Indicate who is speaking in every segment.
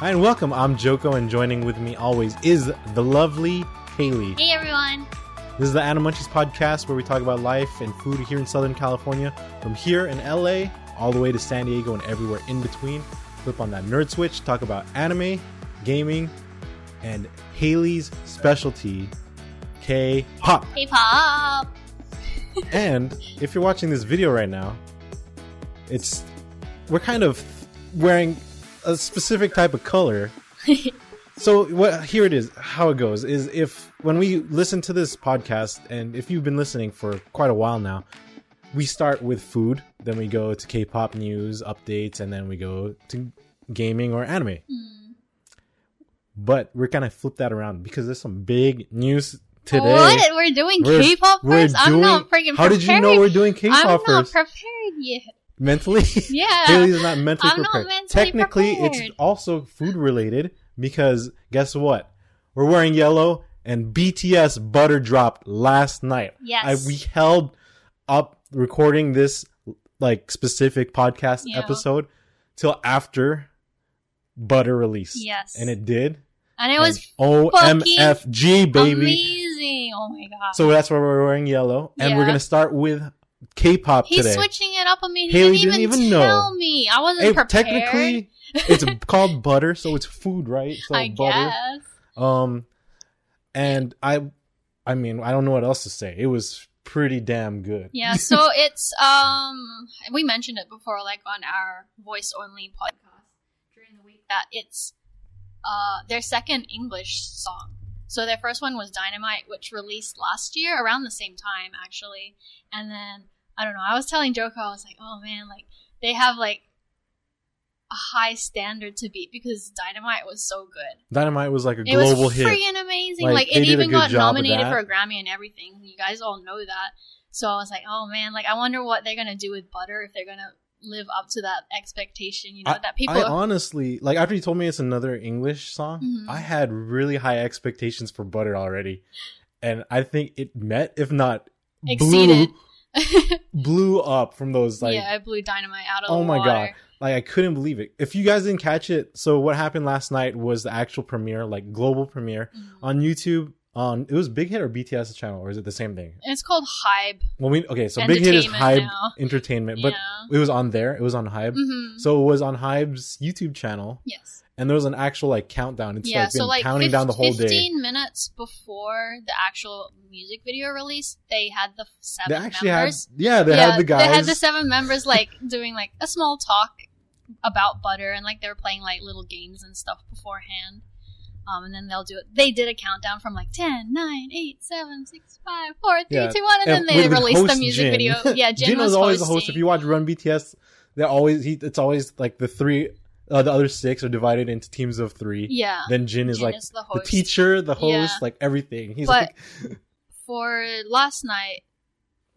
Speaker 1: Hi and welcome. I'm Joko, and joining with me always is the lovely Haley.
Speaker 2: Hey everyone!
Speaker 1: This is the Animal Munchies podcast where we talk about life and food here in Southern California, from here in LA all the way to San Diego and everywhere in between. Flip on that nerd switch, talk about anime, gaming, and Haley's specialty, K-pop.
Speaker 2: Hey Pop!
Speaker 1: And if you're watching this video right now, it's we're kind of wearing a specific type of color. so what here it is how it goes is if when we listen to this podcast and if you've been listening for quite a while now, we start with food, then we go to K-pop news updates and then we go to gaming or anime. But we're kind of flip that around because there's some big news today.
Speaker 2: What? We're doing
Speaker 1: We're-
Speaker 2: K-pop 1st
Speaker 1: we're
Speaker 2: I'm
Speaker 1: doing-
Speaker 2: not freaking prepared.
Speaker 1: How did you know we're doing K-pop
Speaker 2: I'm not
Speaker 1: first?
Speaker 2: prepared yet.
Speaker 1: mentally.
Speaker 2: Yeah.
Speaker 1: Haley's not mentally
Speaker 2: I'm not
Speaker 1: prepared.
Speaker 2: mentally
Speaker 1: Technically,
Speaker 2: prepared.
Speaker 1: it's also food related because guess what? We're wearing yellow, and BTS butter dropped last night.
Speaker 2: Yes.
Speaker 1: I, we held up recording this like specific podcast
Speaker 2: Yeah.
Speaker 1: episode till after butter release.
Speaker 2: Yes.
Speaker 1: and it did.
Speaker 2: And it was
Speaker 1: O M
Speaker 2: fucking
Speaker 1: F G baby.
Speaker 2: amazing. Oh my god.
Speaker 1: So that's why we're wearing yellow, and we're
Speaker 2: Yeah.
Speaker 1: gonna start with K-pop
Speaker 2: He's
Speaker 1: today.
Speaker 2: switching it up on me. He
Speaker 1: Haley
Speaker 2: didn't,
Speaker 1: didn't
Speaker 2: even,
Speaker 1: even know.
Speaker 2: tell me. I wasn't
Speaker 1: Hey,
Speaker 2: prepared.
Speaker 1: technically it's called butter so it's food right so
Speaker 2: I
Speaker 1: butter
Speaker 2: guess.
Speaker 1: um and i i mean i don't know what else to say it was pretty damn good
Speaker 2: Yeah. So it's um, we mentioned it before, like on our voice only podcast during the week that it's uh their second English song. So their first one was Dynamite, which released last year around the same time actually. And then I don't know. I was telling Joko, I was like, oh man, like they have like a high standard to beat because Dynamite was so good.
Speaker 1: dynamite was like a
Speaker 2: It
Speaker 1: global
Speaker 2: was
Speaker 1: hit
Speaker 2: freaking amazing.
Speaker 1: Like,
Speaker 2: Like,
Speaker 1: they
Speaker 2: it
Speaker 1: did a
Speaker 2: even
Speaker 1: good
Speaker 2: got
Speaker 1: job of
Speaker 2: nominated
Speaker 1: that.
Speaker 2: for a Grammy and everything. You guys all know that. So I was like, oh man, like I wonder what they're gonna do with Butter if they're gonna live up to that expectation. You know that people.
Speaker 1: I honestly like after you told me it's another english song
Speaker 2: Mhm.
Speaker 1: i had really high expectations for butter already and i think it met if not
Speaker 2: Exceeded.
Speaker 1: blew blew up from those like
Speaker 2: yeah, I blew dynamite out of
Speaker 1: Oh
Speaker 2: the
Speaker 1: my
Speaker 2: water.
Speaker 1: god. Like I couldn't believe it. If you guys didn't catch it, so what happened last night was the actual premiere, like global premiere
Speaker 2: Mhm.
Speaker 1: on YouTube. On it was Big Hit or BTS channel, or is it the same thing?
Speaker 2: And It's called Hype.
Speaker 1: Well, we okay. So Big Hit is Hybe
Speaker 2: Entertainment now.
Speaker 1: Entertainment, but
Speaker 2: Yeah.
Speaker 1: it was on there. It was on Hybe.
Speaker 2: hmm
Speaker 1: So it was on Hybe's YouTube channel,
Speaker 2: Yes.
Speaker 1: and there was an actual like countdown. It's
Speaker 2: Yeah.
Speaker 1: like been
Speaker 2: So like
Speaker 1: counting down the whole day.
Speaker 2: fifteen minutes before the actual music video release, they had the seven
Speaker 1: They actually had
Speaker 2: members.
Speaker 1: yeah, they had the guys.
Speaker 2: They had the seven members like doing like a small talk about butter and like they were playing like little games and stuff beforehand. Um, and then they'll do it. They did a countdown from like 10, 9, 8, 7, 6, 5, 4, 3,
Speaker 1: Yeah.
Speaker 2: 2, 1, and then
Speaker 1: And
Speaker 2: they
Speaker 1: with- with
Speaker 2: released the
Speaker 1: host
Speaker 2: music
Speaker 1: Jin.
Speaker 2: video. Yeah, Jin,
Speaker 1: Jin
Speaker 2: was
Speaker 1: was always the host.
Speaker 2: hosting.
Speaker 1: If you watch Run BTS, they're always he, it's always like the three, uh, the other six are divided into teams of three.
Speaker 2: yeah,
Speaker 1: Then Jin is
Speaker 2: Jin
Speaker 1: like
Speaker 2: is the
Speaker 1: the
Speaker 2: host.
Speaker 1: teacher, the host,
Speaker 2: Yeah.
Speaker 1: like everything. He's
Speaker 2: But-
Speaker 1: like,
Speaker 2: for last night,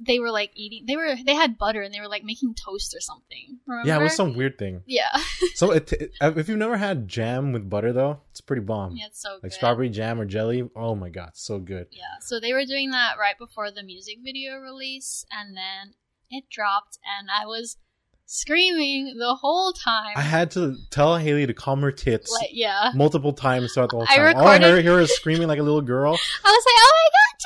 Speaker 2: they were like eating. They were they had butter and they were like making toast or something. Remember?
Speaker 1: yeah, it was some weird thing.
Speaker 2: Yeah,
Speaker 1: So it, it- if you've never had jam with butter though, it's pretty bomb.
Speaker 2: yeah, it's so
Speaker 1: like
Speaker 2: good.
Speaker 1: strawberry jam or jelly. Oh my god, so good.
Speaker 2: Yeah, so they were doing that right before the music video release, and then it dropped, and I was screaming the whole time.
Speaker 1: I had to tell Haley to calm her tits.
Speaker 2: like, yeah,
Speaker 1: Multiple times throughout the whole
Speaker 2: I
Speaker 1: time. All I
Speaker 2: recorded-
Speaker 1: heard, hear is screaming like a little girl.
Speaker 2: I was like, "Oh my god,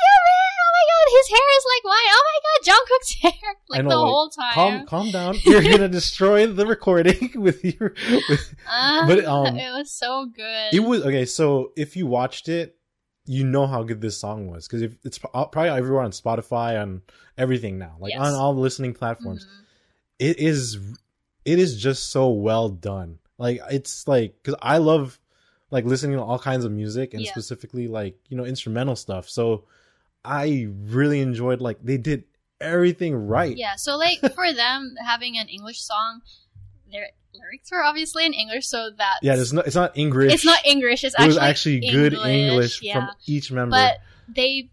Speaker 2: Jimin! Oh my god, his hair is like mine! Oh my god, Jungkook's hair!"
Speaker 1: I
Speaker 2: Like
Speaker 1: know,
Speaker 2: the
Speaker 1: like,
Speaker 2: whole time.
Speaker 1: Calm, calm down. You're gonna destroy the recording with your. With,
Speaker 2: Ah,
Speaker 1: but, um,
Speaker 2: it was so good.
Speaker 1: it was okay. So if you watched it, you know how good this song was because if it's pro- probably everywhere on Spotify on everything now, like
Speaker 2: Yes.
Speaker 1: on all listening platforms,
Speaker 2: Mhm.
Speaker 1: it is it is just so well done. Like it's like because I love like listening to all kinds of music and
Speaker 2: Yeah.
Speaker 1: specifically like you know instrumental stuff. So I really enjoyed like they did everything right.
Speaker 2: Yeah, so like for them having an English song, their lyrics were obviously in English, so that
Speaker 1: Yeah, it's not it's not English.
Speaker 2: it's not English. It's
Speaker 1: it
Speaker 2: actually,
Speaker 1: was actually good English
Speaker 2: Yeah,
Speaker 1: from each member.
Speaker 2: but they,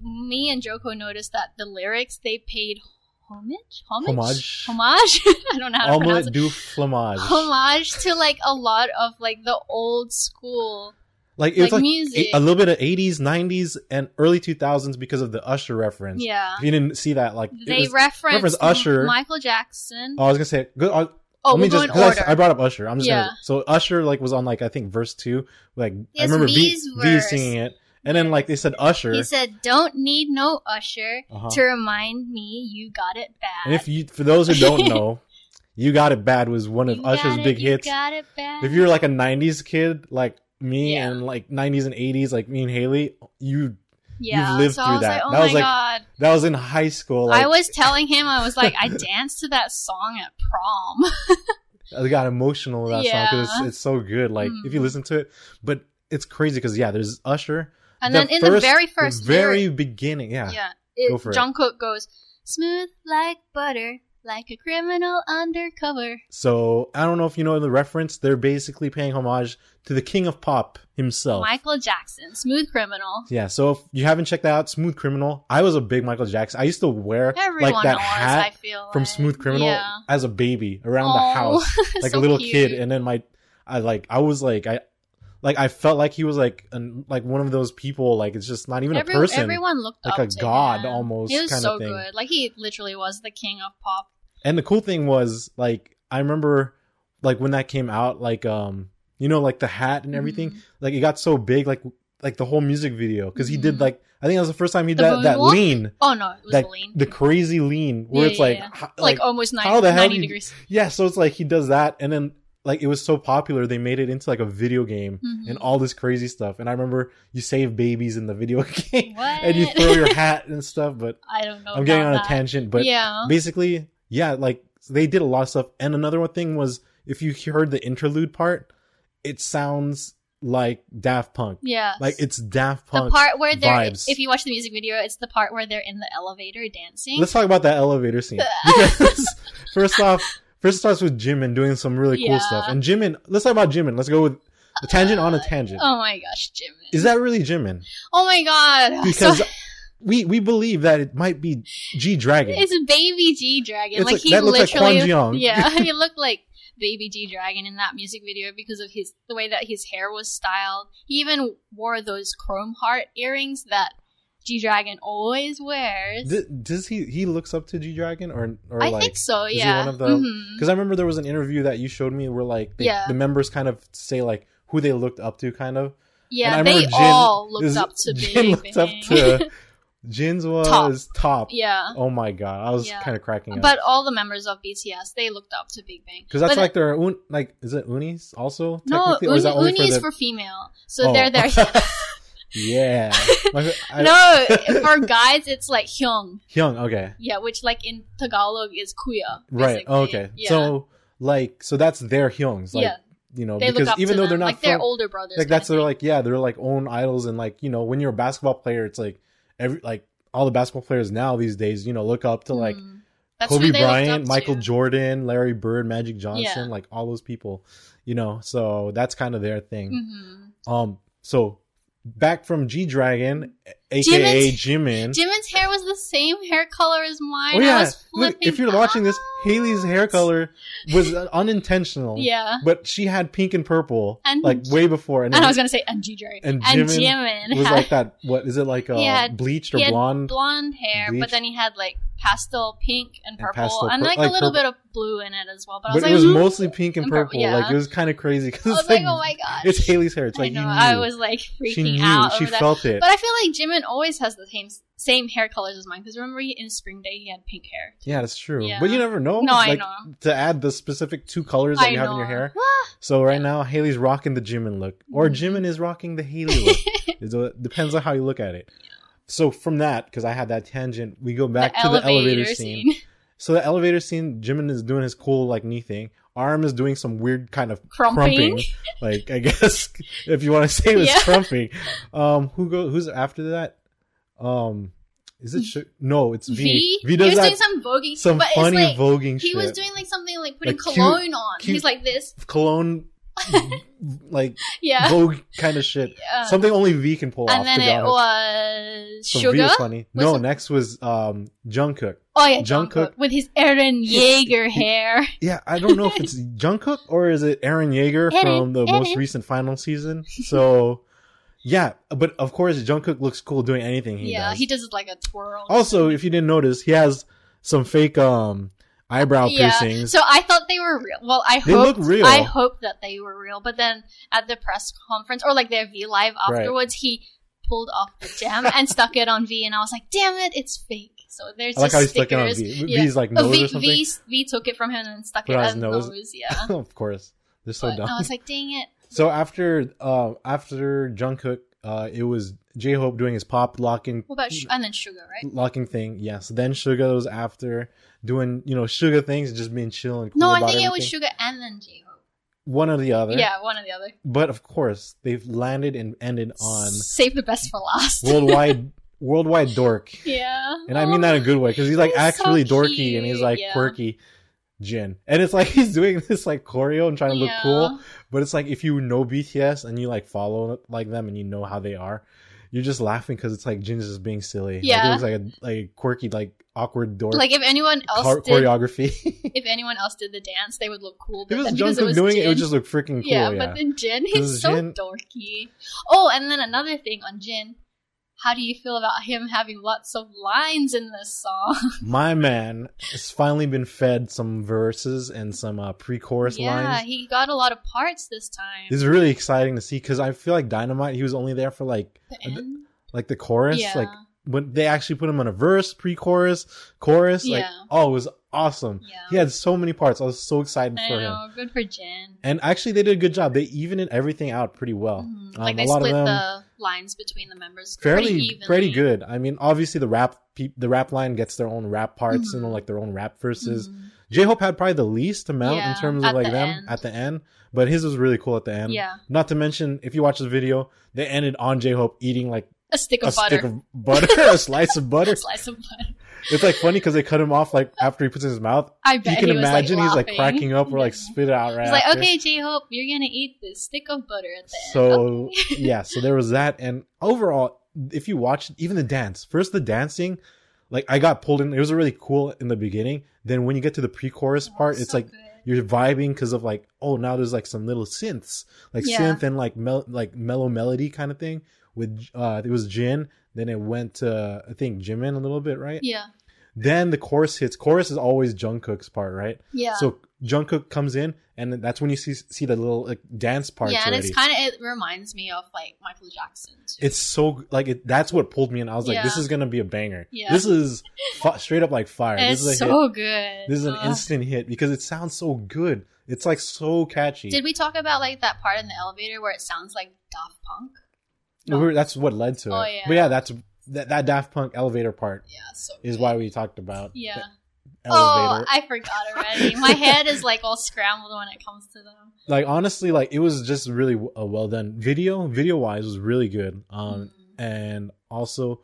Speaker 2: me and Joko noticed that the lyrics they paid homage, homage,
Speaker 1: Homage.
Speaker 2: homage. I don't know how to
Speaker 1: Omelette
Speaker 2: pronounce it. Oh
Speaker 1: du fromage.
Speaker 2: Homage to like a lot of like the old school.
Speaker 1: Like it was like
Speaker 2: like, music.
Speaker 1: a, a little bit of 80s, 90s, and early 2000s because of the Usher reference.
Speaker 2: Yeah,
Speaker 1: If you didn't see that, like it
Speaker 2: they
Speaker 1: was-
Speaker 2: referenced
Speaker 1: reference Usher.
Speaker 2: Michael Jackson.
Speaker 1: oh, I was gonna say good. Uh,
Speaker 2: oh,
Speaker 1: let
Speaker 2: we'll
Speaker 1: me
Speaker 2: go
Speaker 1: just
Speaker 2: in
Speaker 1: 'cause I s-
Speaker 2: order.
Speaker 1: I, brought up Usher. I'm just
Speaker 2: Yeah.
Speaker 1: gonna, so Usher like was on like I think verse two. Like I
Speaker 2: Yes,
Speaker 1: remember V,
Speaker 2: V's
Speaker 1: v
Speaker 2: verse.
Speaker 1: singing it, and then like they said Usher.
Speaker 2: He said, "Don't need no usher
Speaker 1: Uh-huh.
Speaker 2: to remind me you got it bad."
Speaker 1: and if you for those who don't know, you got it bad was one of
Speaker 2: You
Speaker 1: Usher's
Speaker 2: got it,
Speaker 1: big
Speaker 2: you
Speaker 1: hits.
Speaker 2: got it bad.
Speaker 1: if you're like a 90s kid like me
Speaker 2: Yeah.
Speaker 1: and like 90s and 80s like me and haley you
Speaker 2: yeah,
Speaker 1: lived
Speaker 2: so
Speaker 1: through
Speaker 2: I was
Speaker 1: that.
Speaker 2: like, "Oh
Speaker 1: That was
Speaker 2: my
Speaker 1: like-
Speaker 2: god!"
Speaker 1: that was in high school like,
Speaker 2: I was telling him, I was like, "I danced to that song at prom."
Speaker 1: i uh, got emotional with that song because
Speaker 2: Yeah.
Speaker 1: it's, it's so good like if you
Speaker 2: Mm.
Speaker 1: listen to it but it's crazy because yeah there's usher
Speaker 2: And
Speaker 1: The
Speaker 2: then in the
Speaker 1: first-
Speaker 2: very first,
Speaker 1: the very
Speaker 2: lyric-
Speaker 1: beginning yeah,
Speaker 2: yeah,
Speaker 1: Go
Speaker 2: it,
Speaker 1: for it.
Speaker 2: Jungkook goes smooth like butter, like a criminal undercover.
Speaker 1: so i don't know if you know the reference they're basically paying homage to the king of pop himself
Speaker 2: Michael Jackson, smooth criminal.
Speaker 1: yeah, so if you haven't checked that out, Smooth Criminal. I was a big Michael Jackson. I used to wear
Speaker 2: Everyone
Speaker 1: like that
Speaker 2: knows.
Speaker 1: hat
Speaker 2: I feel
Speaker 1: from
Speaker 2: like.
Speaker 1: Smooth Criminal
Speaker 2: Yeah.
Speaker 1: as a baby around
Speaker 2: Aw,
Speaker 1: the house, like
Speaker 2: so
Speaker 1: a little
Speaker 2: cute.
Speaker 1: kid. And then my, I like, I was like, I, like I felt like he was like, an, like one of those people. Like it's just not even
Speaker 2: Every-
Speaker 1: a person.
Speaker 2: Everyone looked
Speaker 1: Like
Speaker 2: up
Speaker 1: a
Speaker 2: to
Speaker 1: god
Speaker 2: him.
Speaker 1: almost
Speaker 2: He was
Speaker 1: kinda
Speaker 2: so
Speaker 1: thing.
Speaker 2: good. Like he literally was the king of pop.
Speaker 1: And the cool thing was, like, I remember, like when that came out, like, um, you know, like the hat and everything,
Speaker 2: Mhm.
Speaker 1: like it got so big, like, like the whole music video, because he did
Speaker 2: Mhm.
Speaker 1: like, I think that was the first time he did
Speaker 2: The
Speaker 1: that, that
Speaker 2: moonwalk?
Speaker 1: lean,
Speaker 2: Oh no, it was
Speaker 1: like
Speaker 2: lean.
Speaker 1: the crazy lean, where
Speaker 2: Yeah,
Speaker 1: it's
Speaker 2: yeah,
Speaker 1: like,
Speaker 2: yeah.
Speaker 1: ho-
Speaker 2: like, almost 90,
Speaker 1: how the hell do
Speaker 2: 90
Speaker 1: you-
Speaker 2: degrees.
Speaker 1: Yeah, so it's like he does that, and then like it was so popular, they made it into like a video game
Speaker 2: Mhm.
Speaker 1: and all this crazy stuff. And I remember you save babies in the video game,
Speaker 2: What?
Speaker 1: and you throw your hat and stuff. But
Speaker 2: I don't know.
Speaker 1: I'm getting on
Speaker 2: about
Speaker 1: a
Speaker 2: that.
Speaker 1: tangent. But
Speaker 2: yeah,
Speaker 1: basically, yeah, like they did a lot of stuff. And another one thing was if you heard the interlude part, it sounds like Daft Punk.
Speaker 2: yeah.
Speaker 1: Like it's Daft
Speaker 2: the
Speaker 1: Punk.
Speaker 2: part where they're.
Speaker 1: vibes.
Speaker 2: If you watch the music video, it's the part where they're in the elevator dancing.
Speaker 1: Let's talk about that elevator scene because first off, first it starts with Jimin doing some really cool
Speaker 2: Yeah.
Speaker 1: stuff, and Jimin. Let's talk about Jimin. Let's go with a tangent on a tangent.
Speaker 2: oh my gosh, Jim.
Speaker 1: Is that really Jimin?
Speaker 2: oh my god.
Speaker 1: Because
Speaker 2: So-
Speaker 1: we we believe that it might be G Dragon.
Speaker 2: it's a baby G Dragon.
Speaker 1: It's
Speaker 2: Like
Speaker 1: like-
Speaker 2: he
Speaker 1: that looks like
Speaker 2: literally.
Speaker 1: Kwon Jeong.
Speaker 2: yeah, he looked like baby G Dragon in that music video because of his the way that his hair was styled. He even wore those chrome heart earrings that G Dragon always wears.
Speaker 1: D- does he he looks up to G Dragon or or
Speaker 2: I
Speaker 1: like?
Speaker 2: think so.
Speaker 1: is he
Speaker 2: Yeah.
Speaker 1: one of the-
Speaker 2: Mhm.
Speaker 1: Because I remember there was an interview that you showed me where like they,
Speaker 2: Yeah.
Speaker 1: the members kind of say like who they looked up to, kind of.
Speaker 2: Yeah,
Speaker 1: and I
Speaker 2: they
Speaker 1: remember Jin-
Speaker 2: all looked
Speaker 1: this-
Speaker 2: up to
Speaker 1: Jin
Speaker 2: Big
Speaker 1: looked up
Speaker 2: Bang.
Speaker 1: to Jin's was top.
Speaker 2: yeah,
Speaker 1: Oh my god, I was
Speaker 2: Yeah.
Speaker 1: kind of cracking up.
Speaker 2: but all the members of BTS they looked up to Big Bang
Speaker 1: because that's
Speaker 2: But-
Speaker 1: like their un- like is it unis also
Speaker 2: no
Speaker 1: technically or is that only
Speaker 2: Uni, Uni is
Speaker 1: the-
Speaker 2: for female, so
Speaker 1: Oh.
Speaker 2: they're there.
Speaker 1: yeah Like, I-
Speaker 2: no, for guys it's like Hyung.
Speaker 1: Hyung okay
Speaker 2: Yeah, which like in Tagalog is kuya.
Speaker 1: right
Speaker 2: basically.
Speaker 1: oh, okay
Speaker 2: Yeah.
Speaker 1: so like so that's their Hyungs like
Speaker 2: Yeah.
Speaker 1: you know
Speaker 2: they
Speaker 1: because
Speaker 2: look up
Speaker 1: even
Speaker 2: to
Speaker 1: though
Speaker 2: them.
Speaker 1: they're not
Speaker 2: like they're
Speaker 1: from-
Speaker 2: older brothers.
Speaker 1: like that's
Speaker 2: kinda
Speaker 1: their like yeah they're like own idols and like you know when you're a basketball player it's like every like all the basketball players now these days you know look up to
Speaker 2: thing.
Speaker 1: like
Speaker 2: Mm. That's who
Speaker 1: Kobe
Speaker 2: they looked
Speaker 1: Bryant,
Speaker 2: up
Speaker 1: Michael
Speaker 2: to.
Speaker 1: Jordan, Larry Bird, Magic Johnson, like all those people, you know. So that's kind of their thing.
Speaker 2: Mhm.
Speaker 1: Um, so back from G Dragon, aka Jimin.
Speaker 2: Jimin's hair was the same hair color as mine.
Speaker 1: Oh
Speaker 2: I
Speaker 1: yeah,
Speaker 2: was
Speaker 1: look,
Speaker 2: flipping
Speaker 1: if you're watching this,
Speaker 2: out.
Speaker 1: Haley's hair color was unintentional.
Speaker 2: Yeah.
Speaker 1: but she had pink and purple
Speaker 2: And-
Speaker 1: like way before, and,
Speaker 2: And I
Speaker 1: it
Speaker 2: was gonna say and G Dragon.
Speaker 1: and
Speaker 2: and
Speaker 1: Jimin
Speaker 2: Jimin
Speaker 1: was
Speaker 2: had
Speaker 1: like that. What is it like? Uh,
Speaker 2: He had-
Speaker 1: bleached or
Speaker 2: he had
Speaker 1: blonde?
Speaker 2: blonde hair,
Speaker 1: Bleach.
Speaker 2: but then he had like pastel pink
Speaker 1: And
Speaker 2: and purple, and,
Speaker 1: pastel pur-
Speaker 2: like,
Speaker 1: like
Speaker 2: a little
Speaker 1: purple.
Speaker 2: bit of blue in it as well. But,
Speaker 1: but
Speaker 2: I
Speaker 1: it was
Speaker 2: was like, "Ooh."
Speaker 1: mostly pink and,
Speaker 2: and purple,
Speaker 1: purple. Like
Speaker 2: yeah.
Speaker 1: it was kind of crazy
Speaker 2: I
Speaker 1: because
Speaker 2: was
Speaker 1: it's
Speaker 2: like,
Speaker 1: like,
Speaker 2: oh my gosh,
Speaker 1: it's Haley's hair. It's
Speaker 2: I
Speaker 1: like
Speaker 2: know.
Speaker 1: you knew.
Speaker 2: I was like freaking
Speaker 1: she knew.
Speaker 2: out.
Speaker 1: she
Speaker 2: over that.
Speaker 1: felt it.
Speaker 2: But I feel like Jimin always has the same same hair colors as mine because remember he, in Spring Day he had pink hair.
Speaker 1: yeah, that's true.
Speaker 2: Yeah.
Speaker 1: But you never know.
Speaker 2: No, I
Speaker 1: like,
Speaker 2: know.
Speaker 1: To add the specific two colors that
Speaker 2: I
Speaker 1: you have in
Speaker 2: know.
Speaker 1: your hair.
Speaker 2: Ah,
Speaker 1: So right now, Haley's rocking the Jimin look, or
Speaker 2: Mhm.
Speaker 1: Jimin is rocking the Haley look. It's a- depends on how you look at it. So from that, because I had that tangent, we go back
Speaker 2: the
Speaker 1: to
Speaker 2: elevator
Speaker 1: the elevator scene.
Speaker 2: scene.
Speaker 1: So the elevator scene, Jimin is doing his cool like knee thing. Arm is doing some weird kind of
Speaker 2: Crumping.
Speaker 1: crumping. Like I guess if you want to say it was
Speaker 2: Yeah.
Speaker 1: crumping. Um, who go? Who's after that? Um, is it Sh- no? It's V.
Speaker 2: V, he was doing
Speaker 1: that
Speaker 2: some voguing,
Speaker 1: some
Speaker 2: but
Speaker 1: funny
Speaker 2: it's like
Speaker 1: voguing
Speaker 2: he
Speaker 1: shit.
Speaker 2: was doing like something like putting
Speaker 1: Like cute-
Speaker 2: cologne on.
Speaker 1: cute-
Speaker 2: He's like this,
Speaker 1: cologne, like
Speaker 2: yeah.
Speaker 1: vogue kind of shit.
Speaker 2: Yeah.
Speaker 1: Something only V can pull off.
Speaker 2: Oh. and then
Speaker 1: to be
Speaker 2: it
Speaker 1: honest.
Speaker 2: was
Speaker 1: So V
Speaker 2: sugar.
Speaker 1: was funny.
Speaker 2: Was
Speaker 1: no,
Speaker 2: it-
Speaker 1: next was um Jungkook.
Speaker 2: Oh yeah,
Speaker 1: Jungkook.
Speaker 2: Jungkook with his Aaron Yeager hair.
Speaker 1: Yeah, I don't know if it's Jungkook or is it Aaron Yeager
Speaker 2: Aaron,
Speaker 1: from the most
Speaker 2: Aaron.
Speaker 1: recent final season. So, yeah, but of course Jungkook looks cool doing anything he
Speaker 2: yeah,
Speaker 1: does.
Speaker 2: he does like a twirl.
Speaker 1: also, if you didn't notice, he has some fake um eyebrow
Speaker 2: yeah.
Speaker 1: piercings.
Speaker 2: So I thought they were real. Well, I
Speaker 1: They
Speaker 2: hope
Speaker 1: look real.
Speaker 2: I hope that they were real. But then at the press conference or like their V live
Speaker 1: Right.
Speaker 2: afterwards, he pulled off the gem and stuck it on V, and I was like, damn it, it's fake. So there's
Speaker 1: I like
Speaker 2: just
Speaker 1: how he stuck it on
Speaker 2: stickers.
Speaker 1: V.
Speaker 2: Yeah.
Speaker 1: V's like
Speaker 2: Oh,
Speaker 1: nose
Speaker 2: v,
Speaker 1: or something.
Speaker 2: v, v took it from him and stuck
Speaker 1: Put
Speaker 2: it
Speaker 1: on
Speaker 2: on
Speaker 1: his
Speaker 2: his
Speaker 1: nose.
Speaker 2: nose. Yeah.
Speaker 1: of course, they're so
Speaker 2: But uh,
Speaker 1: dumb.
Speaker 2: I was like, dang it.
Speaker 1: so after uh after Jungkook, uh, it was J Hope doing his pop locking
Speaker 2: What about sh- and then sugar, right?
Speaker 1: locking thing. Yes. Then Sugar was after doing you know Sugar things, just being chill and cool
Speaker 2: No, I
Speaker 1: about
Speaker 2: think it was
Speaker 1: everything.
Speaker 2: sugar and then J Hope.
Speaker 1: one or the other.
Speaker 2: Yeah, one or the other.
Speaker 1: But of course, they've landed and ended on
Speaker 2: Save the best for last.
Speaker 1: worldwide worldwide dork,
Speaker 2: yeah.
Speaker 1: and I mean that in a good way because he's like
Speaker 2: He's so
Speaker 1: actually dorky and he's
Speaker 2: cute,
Speaker 1: like
Speaker 2: yeah.
Speaker 1: quirky. Jin, and it's like he's doing this like choreo and trying to look
Speaker 2: Yeah.
Speaker 1: cool, but it's like if you know BTS and you like follow like them and you know how they are, you're just laughing because it's like Jin's just being silly. Like,
Speaker 2: Yeah.
Speaker 1: it looks like a like a quirky like awkward dork.
Speaker 2: Like if anyone else
Speaker 1: chor-
Speaker 2: did,
Speaker 1: choreography.
Speaker 2: if anyone else did the dance, they would look cool.
Speaker 1: if it
Speaker 2: but
Speaker 1: was
Speaker 2: then because
Speaker 1: Jungkook doing it, it would
Speaker 2: Jin-
Speaker 1: just look freaking cool.
Speaker 2: yeah,
Speaker 1: Yeah,
Speaker 2: But then Jin,
Speaker 1: Because
Speaker 2: he's so
Speaker 1: Jin-
Speaker 2: dorky. Oh, and then another thing on Jin. How do you feel about him having lots of lines in this song?
Speaker 1: my man has finally been fed some verses and some uh, pre-chorus
Speaker 2: yeah,
Speaker 1: lines.
Speaker 2: he got a lot of parts this time.
Speaker 1: It's really exciting to see because I feel like Dynamite. He was only there for like
Speaker 2: The
Speaker 1: uh, th-
Speaker 2: end?
Speaker 1: like the chorus,
Speaker 2: Yeah.
Speaker 1: like when they actually put him on a verse, pre-chorus, chorus. Like
Speaker 2: Yeah.
Speaker 1: oh, it was awesome.
Speaker 2: Yeah.
Speaker 1: He had so many parts. I was so excited
Speaker 2: I
Speaker 1: for him.
Speaker 2: know. Good for Jin.
Speaker 1: And actually, they did a good job. They evened everything out pretty well. Um,
Speaker 2: Mhm. like
Speaker 1: a
Speaker 2: they
Speaker 1: lot of
Speaker 2: split
Speaker 1: them-
Speaker 2: the lines between the members
Speaker 1: fairly
Speaker 2: pretty
Speaker 1: pretty,
Speaker 2: evenly.
Speaker 1: good. I mean, obviously the rap peop the rap line gets their own rap parts
Speaker 2: Mm-hmm.
Speaker 1: and like their own rap verses.
Speaker 2: Mhm.
Speaker 1: J Hope had probably the least amount
Speaker 2: Yeah,
Speaker 1: in terms
Speaker 2: at
Speaker 1: of like
Speaker 2: the
Speaker 1: them
Speaker 2: end.
Speaker 1: at the end, but his was really cool at the end.
Speaker 2: Yeah.
Speaker 1: Not to mention, if you watch the video, they ended on J Hope eating like
Speaker 2: A stick
Speaker 1: a
Speaker 2: of butter.
Speaker 1: stick of butter, a slice of butter.
Speaker 2: Slice of butter.
Speaker 1: It's like funny because they cut him off like after he puts it in his mouth.
Speaker 2: I bet
Speaker 1: you can
Speaker 2: he was, like,
Speaker 1: imagine he's like
Speaker 2: laughing.
Speaker 1: cracking up or like
Speaker 2: Yeah.
Speaker 1: spit it out right.
Speaker 2: It's like,
Speaker 1: after.
Speaker 2: okay, J Hope, you're gonna eat this stick of butter at the end. Oh,
Speaker 1: So yeah, so there was that, and overall, if you watch even the dance, first the dancing, like I got pulled in. It was really cool in the beginning. Then when you get to the pre-chorus part,
Speaker 2: Oh,
Speaker 1: it's
Speaker 2: so
Speaker 1: like
Speaker 2: good.
Speaker 1: you're vibing because of like oh now there's like some little synths, like
Speaker 2: Yeah.
Speaker 1: synth and like mel- like mellow melody kind of thing. With uh, it was Jin, then it went to I think Jimin a little bit, right?
Speaker 2: yeah,
Speaker 1: Then the chorus hits. Chorus is always Jungkook's part, right?
Speaker 2: yeah,
Speaker 1: So Jungkook comes in, and then that's when you see see the little like dance parts.
Speaker 2: yeah, and
Speaker 1: already.
Speaker 2: it's kind of it reminds me of like Michael Jackson. Too.
Speaker 1: It's so like it, that's what pulled me in. I was like,
Speaker 2: Yeah.
Speaker 1: this is gonna be a banger.
Speaker 2: Yeah.
Speaker 1: This is fi- straight up like fire.
Speaker 2: And
Speaker 1: This is a
Speaker 2: it's so
Speaker 1: hit.
Speaker 2: good.
Speaker 1: This is an
Speaker 2: Ugh.
Speaker 1: instant hit because it sounds so good. It's like so catchy.
Speaker 2: Did we talk about like that part in the elevator where it sounds like Daft Punk?
Speaker 1: We were- that's what led to
Speaker 2: Oh,
Speaker 1: it.
Speaker 2: yeah.
Speaker 1: But yeah, that's that, that Daft Punk elevator part
Speaker 2: Yeah, so
Speaker 1: is
Speaker 2: good.
Speaker 1: why we talked about
Speaker 2: Yeah.
Speaker 1: the
Speaker 2: Oh,
Speaker 1: elevator.
Speaker 2: I forgot already. My head is like all scrambled when it comes to them.
Speaker 1: like honestly, like it was just really w- a well done video. Video wise was really good. Um,
Speaker 2: Mhm.
Speaker 1: and also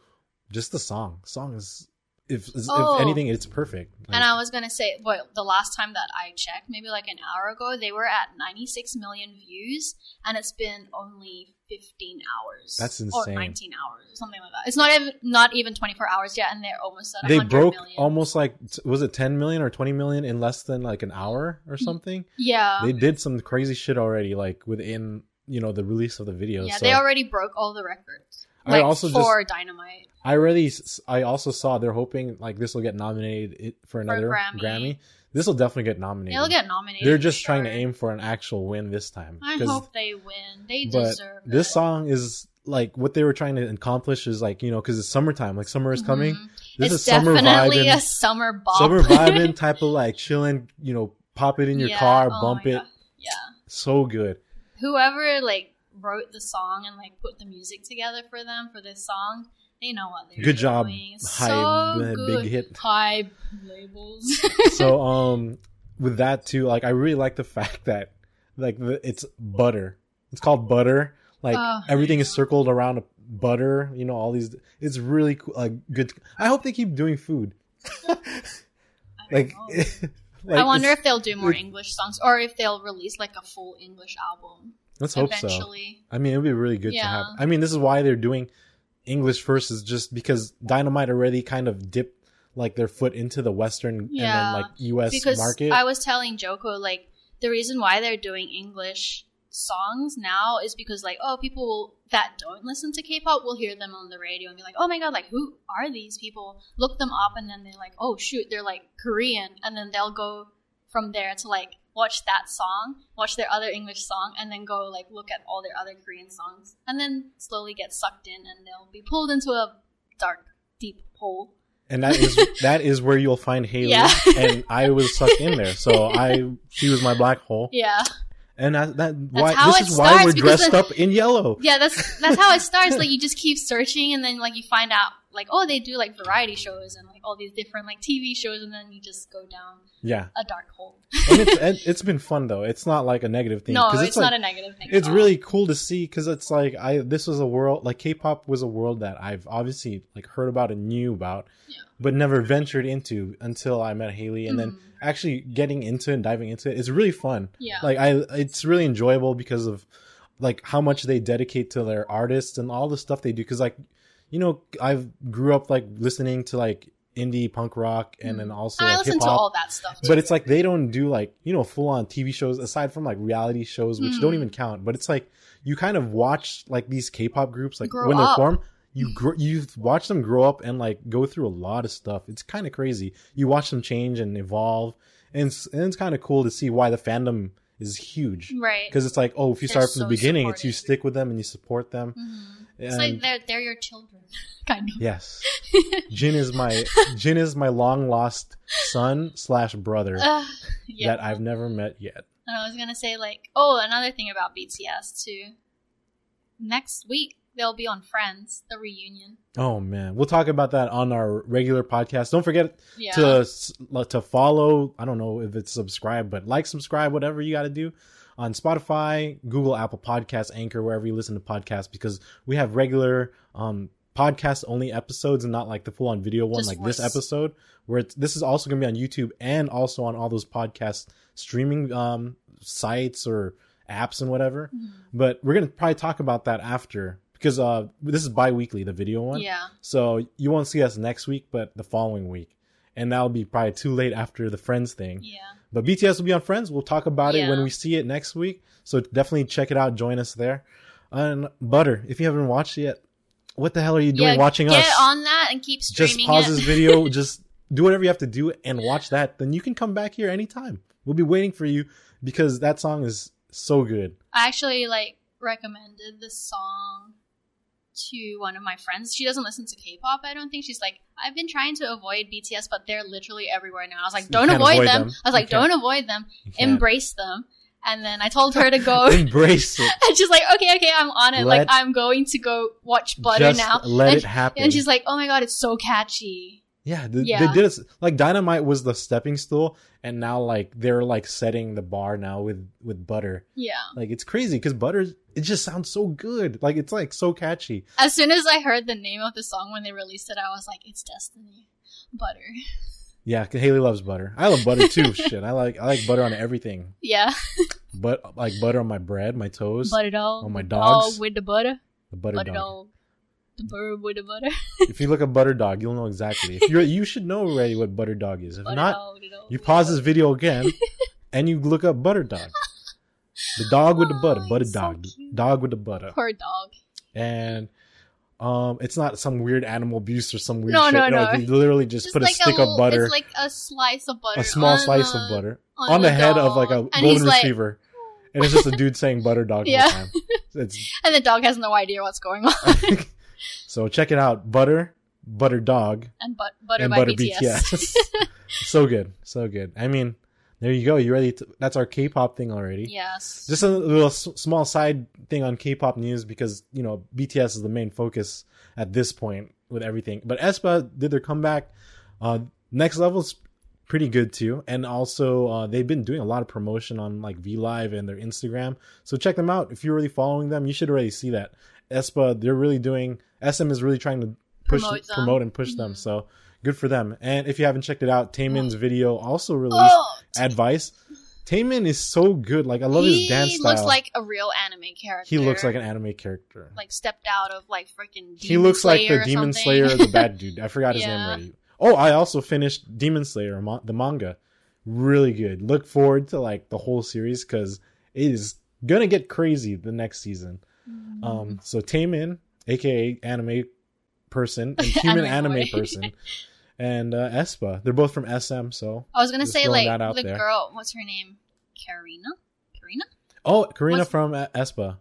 Speaker 1: just the song. Song is if is-
Speaker 2: Oh.
Speaker 1: if anything, it's perfect. Like,
Speaker 2: And I was gonna say, well, the last time that I checked, maybe like an hour ago, they were at 96 million views, and it's been only 15 hours.
Speaker 1: That's
Speaker 2: Or
Speaker 1: insane.
Speaker 2: 19 hours, or something like that. It's not even not even 24 hours yet, and they're almost at
Speaker 1: they
Speaker 2: 100
Speaker 1: broke
Speaker 2: million.
Speaker 1: almost like t- was it 10 million or 20 million in less than like an hour or
Speaker 2: Hmm.
Speaker 1: something
Speaker 2: Yeah,
Speaker 1: they did some crazy shit already like within you know the release of the video
Speaker 2: yeah,
Speaker 1: so
Speaker 2: they already broke all the records.
Speaker 1: I
Speaker 2: Like
Speaker 1: also just-
Speaker 2: for Dynamite.
Speaker 1: i really s- i also saw they're hoping like this will get nominated it- for another
Speaker 2: Grammy.
Speaker 1: grammy, this will definitely get nominated
Speaker 2: They'll get nominated.
Speaker 1: they're
Speaker 2: for
Speaker 1: just trying to
Speaker 2: sure.
Speaker 1: aim for an actual win this time
Speaker 2: I
Speaker 1: 'cause-
Speaker 2: hope they win. They
Speaker 1: but
Speaker 2: deserve
Speaker 1: this
Speaker 2: it.
Speaker 1: song is like what they were trying to accomplish is like you know because it's summertime like summer is coming
Speaker 2: Mhm.
Speaker 1: this
Speaker 2: it's
Speaker 1: is summer
Speaker 2: definitely
Speaker 1: vibing.
Speaker 2: a summer bop.
Speaker 1: summer vibing type of like chilling, you know, pop it in your
Speaker 2: Yeah,
Speaker 1: car,
Speaker 2: oh
Speaker 1: bump
Speaker 2: my
Speaker 1: it.
Speaker 2: God. Yeah.
Speaker 1: So good.
Speaker 2: whoever like wrote the song and like put the music together for them for this song, they know what they're
Speaker 1: Good job,
Speaker 2: doing.
Speaker 1: Hype, uh,
Speaker 2: So
Speaker 1: big
Speaker 2: good.
Speaker 1: hit.
Speaker 2: Hype labels.
Speaker 1: so um with that too like i really like the fact that like the, it's butter it's called butter like
Speaker 2: Oh.
Speaker 1: everything is circled around a butter you know all these it's really cool like good i hope they keep doing food like,
Speaker 2: know.
Speaker 1: like
Speaker 2: I wonder
Speaker 1: it's-
Speaker 2: if they'll do more
Speaker 1: it-
Speaker 2: English songs or if they'll release like a full English album
Speaker 1: let's hope so
Speaker 2: eventually.
Speaker 1: i mean it would be really good to have
Speaker 2: Yeah.
Speaker 1: i mean this is why they're doing english versus just because dynamite already kind of dipped like their foot into the western
Speaker 2: Yeah.
Speaker 1: and then like us
Speaker 2: Because
Speaker 1: market
Speaker 2: I was telling Joko like the reason why they're doing English songs now is because like oh people that don't listen to K-pop will hear them on the radio and be like oh my god like who are these people look them up and then they're like oh shoot they're like Korean and then they'll go from there to like watch that song watch their other English song and then go like look at all their other Korean songs and then slowly get sucked in and they'll be pulled into a dark deep hole
Speaker 1: and that is that is where you'll find Haley.
Speaker 2: Yeah.
Speaker 1: And I was sucked in there, so I she was my black hole.
Speaker 2: yeah
Speaker 1: And that, that why
Speaker 2: how
Speaker 1: this
Speaker 2: it
Speaker 1: is why we're
Speaker 2: starts, because
Speaker 1: dressed
Speaker 2: the-
Speaker 1: up in yellow.
Speaker 2: Yeah, that's that's how it starts. Like you just keep searching, and then like you find out like oh they do like variety shows and like all these different like TV shows, and then you just go down
Speaker 1: Yeah,
Speaker 2: a dark hole.
Speaker 1: and it's and it's been fun though. It's not like a negative thing.
Speaker 2: No,
Speaker 1: 'cause
Speaker 2: it's,
Speaker 1: like,
Speaker 2: not a negative thing. at
Speaker 1: It's
Speaker 2: all.
Speaker 1: really cool to see because it's like I this was a world like K-pop was a world that I've obviously like heard about and knew about,
Speaker 2: Yeah.
Speaker 1: but never ventured into until I met Haley, and
Speaker 2: Mm-hmm.
Speaker 1: then actually getting into and diving into it. It's really fun.
Speaker 2: yeah.
Speaker 1: like i it's really enjoyable because of like how much they dedicate to their artists and all the stuff they do because like you know i've grew up like listening to like indie punk rock and then also
Speaker 2: Mm-hmm. I
Speaker 1: like
Speaker 2: listen to
Speaker 1: hip-hop
Speaker 2: all that stuff. Too.
Speaker 1: but it's like they don't do like you know full on tv shows aside from like reality shows which don't
Speaker 2: Mhm.
Speaker 1: even count but it's like you kind of watch like these k-pop groups like
Speaker 2: Grow
Speaker 1: when they're
Speaker 2: up.
Speaker 1: formed you gr- you watch them grow up and like go through a lot of stuff it's kind of crazy you watch them change and evolve and it's, and it's kind of cool to see why the fandom is huge
Speaker 2: right.
Speaker 1: because it's like oh if you
Speaker 2: Mm. They're
Speaker 1: start from the
Speaker 2: so
Speaker 1: beginning it's you
Speaker 2: supportive.
Speaker 1: stick with them and you support them
Speaker 2: Mhm. It's like
Speaker 1: and
Speaker 2: they're they're your children, kind of.
Speaker 1: yes jin is my jin is my long lost son slash brother
Speaker 2: Ugh, Uh, yeah.
Speaker 1: that i've never met yet
Speaker 2: And I was gonna say like, oh, another thing about BTS too. Next week they'll be on Friends, the reunion.
Speaker 1: Oh man, we'll talk about that on our regular podcast. Don't forget
Speaker 2: Yeah.
Speaker 1: to s- to follow. I don't know if it's subscribe, but like, subscribe, whatever you got to do on Spotify, Google, Apple Podcasts, Anchor, wherever you listen to podcasts, because we have regular um podcast only episodes and not like the full on video one
Speaker 2: Just
Speaker 1: like this
Speaker 2: voice.
Speaker 1: episode where it's, this is also going to be on YouTube and also on all those podcast streaming um sites or apps and whatever.
Speaker 2: Mhm.
Speaker 1: But we're going to probably talk about that after because uh this is bi-weekly the video one.
Speaker 2: Yeah.
Speaker 1: So you won't see us next week, but the following week. And that'll be probably too late after the Friends thing.
Speaker 2: Yeah.
Speaker 1: But BTS will be on Friends. We'll talk about it when
Speaker 2: Yeah.
Speaker 1: we see it next week. So definitely check it out. Join us there. And Butter, if you haven't watched it yet, what the hell are you doing
Speaker 2: yeah,
Speaker 1: watching
Speaker 2: get
Speaker 1: us?
Speaker 2: on that and keep
Speaker 1: Just
Speaker 2: streaming
Speaker 1: pause
Speaker 2: it.
Speaker 1: this video. Just do whatever you have to do and watch that. Then you can come back here anytime. We'll be waiting for you because that song is so good.
Speaker 2: I actually like recommended the song to one of my friends. She doesn't listen to K-pop. I don't think she's like. I've been trying to avoid BTS, but they're literally everywhere now. I was like,
Speaker 1: You
Speaker 2: don't
Speaker 1: can't
Speaker 2: avoid
Speaker 1: avoid
Speaker 2: them.
Speaker 1: them.
Speaker 2: I was like,
Speaker 1: You can't.
Speaker 2: don't avoid them.
Speaker 1: You can't
Speaker 2: Embrace them. And then I told her to go.
Speaker 1: embrace it.
Speaker 2: and she's like, okay, okay, I'm on it.
Speaker 1: Let-
Speaker 2: like I'm going to go watch Butter
Speaker 1: Just
Speaker 2: now.
Speaker 1: let
Speaker 2: and,
Speaker 1: it happen.
Speaker 2: and she's like, oh my god, it's so catchy.
Speaker 1: Yeah, th-
Speaker 2: Yeah.
Speaker 1: they did it. Like Dynamite was the stepping stool, and now like they're like setting the bar now with with Butter.
Speaker 2: Yeah.
Speaker 1: Like it's crazy because Butter, it just sounds so good. Like it's like so catchy.
Speaker 2: As soon as I heard the name of the song when they released it, I was like, it's Destiny. Butter.
Speaker 1: Yeah, 'cause Haley loves Butter. I love Butter too. Shit, I like I like Butter on everything.
Speaker 2: Yeah.
Speaker 1: But like Butter on my bread, my toast,
Speaker 2: Butter dog.
Speaker 1: Oh, my dogs.
Speaker 2: Dog with the butter.
Speaker 1: the Butter,
Speaker 2: butter
Speaker 1: Dog.
Speaker 2: dog. The bird with the butter.
Speaker 1: If you look up Butter Dog, you'll know exactly. If you you should know already what Butter Dog is. If
Speaker 2: Butter
Speaker 1: not,
Speaker 2: dog, the dog
Speaker 1: you
Speaker 2: with
Speaker 1: pause
Speaker 2: the
Speaker 1: this video again, and you look up Butter Dog. The dog with the butter,
Speaker 2: Oh,
Speaker 1: butter
Speaker 2: he's so
Speaker 1: dog,
Speaker 2: cute.
Speaker 1: dog with the butter.
Speaker 2: butter. Poor dog.
Speaker 1: and um, it's not some weird animal abuse or some weird
Speaker 2: No,
Speaker 1: shit.
Speaker 2: no, no.
Speaker 1: You literally just, put a stick
Speaker 2: little-
Speaker 1: of butter,
Speaker 2: It's like a slice of butter.
Speaker 1: a small
Speaker 2: on
Speaker 1: slice
Speaker 2: a-
Speaker 1: of butter
Speaker 2: on
Speaker 1: on,
Speaker 2: a
Speaker 1: the head of like a
Speaker 2: dog. And he's
Speaker 1: golden
Speaker 2: like-
Speaker 1: retriever, and it's just a dude saying "butter dog"
Speaker 2: Yeah.
Speaker 1: all the time. It's,
Speaker 2: And the dog has no idea what's going on.
Speaker 1: so check it out, butter, butter dog,
Speaker 2: And but, butter
Speaker 1: and
Speaker 2: by
Speaker 1: butter
Speaker 2: BTS.
Speaker 1: BTS. so good, so good. I mean, There you go. You ready? To, that's our K-pop thing already.
Speaker 2: Yes.
Speaker 1: Just a little s- small side thing on K-pop news because you know BTS is the main focus at this point with everything. But Espa did their comeback. Uh, Next Level's pretty good too, and also uh, they've been doing a lot of promotion on like V Live and their Instagram. So check them out if you're really following them. You should already see that Espa. They're really doing. SM is really trying to push
Speaker 2: Promote them.
Speaker 1: promote and push them.
Speaker 2: Mhm.
Speaker 1: So good for them. And if you haven't checked it out, Taemin's video also released
Speaker 2: Mm-hmm. oh,
Speaker 1: advice. Taemin is so good. Like I love
Speaker 2: he
Speaker 1: his dance style.
Speaker 2: looks like a real anime character.
Speaker 1: he looks like an anime character.
Speaker 2: like stepped out of like freaking. Demon
Speaker 1: he looks like
Speaker 2: Slayer
Speaker 1: the
Speaker 2: or
Speaker 1: Demon
Speaker 2: something.
Speaker 1: Slayer, the bad dude. I forgot his name
Speaker 2: Yeah.
Speaker 1: already. Oh, I also finished Demon Slayer, mon- the manga. Really good. Look forward to like the whole series because it is gonna get crazy the next season.
Speaker 2: Mm-hmm.
Speaker 1: Um, so Taemin, aka anime person, and human
Speaker 2: Anime
Speaker 1: anime,
Speaker 2: boy.
Speaker 1: person, and uh, Espa. They're both from SM, so
Speaker 2: I was gonna
Speaker 1: just
Speaker 2: say
Speaker 1: throwing
Speaker 2: like
Speaker 1: that out
Speaker 2: the
Speaker 1: there.
Speaker 2: girl. What's her name? Karina. Karina.
Speaker 1: Oh, Karina
Speaker 2: What's-
Speaker 1: from uh, Espa.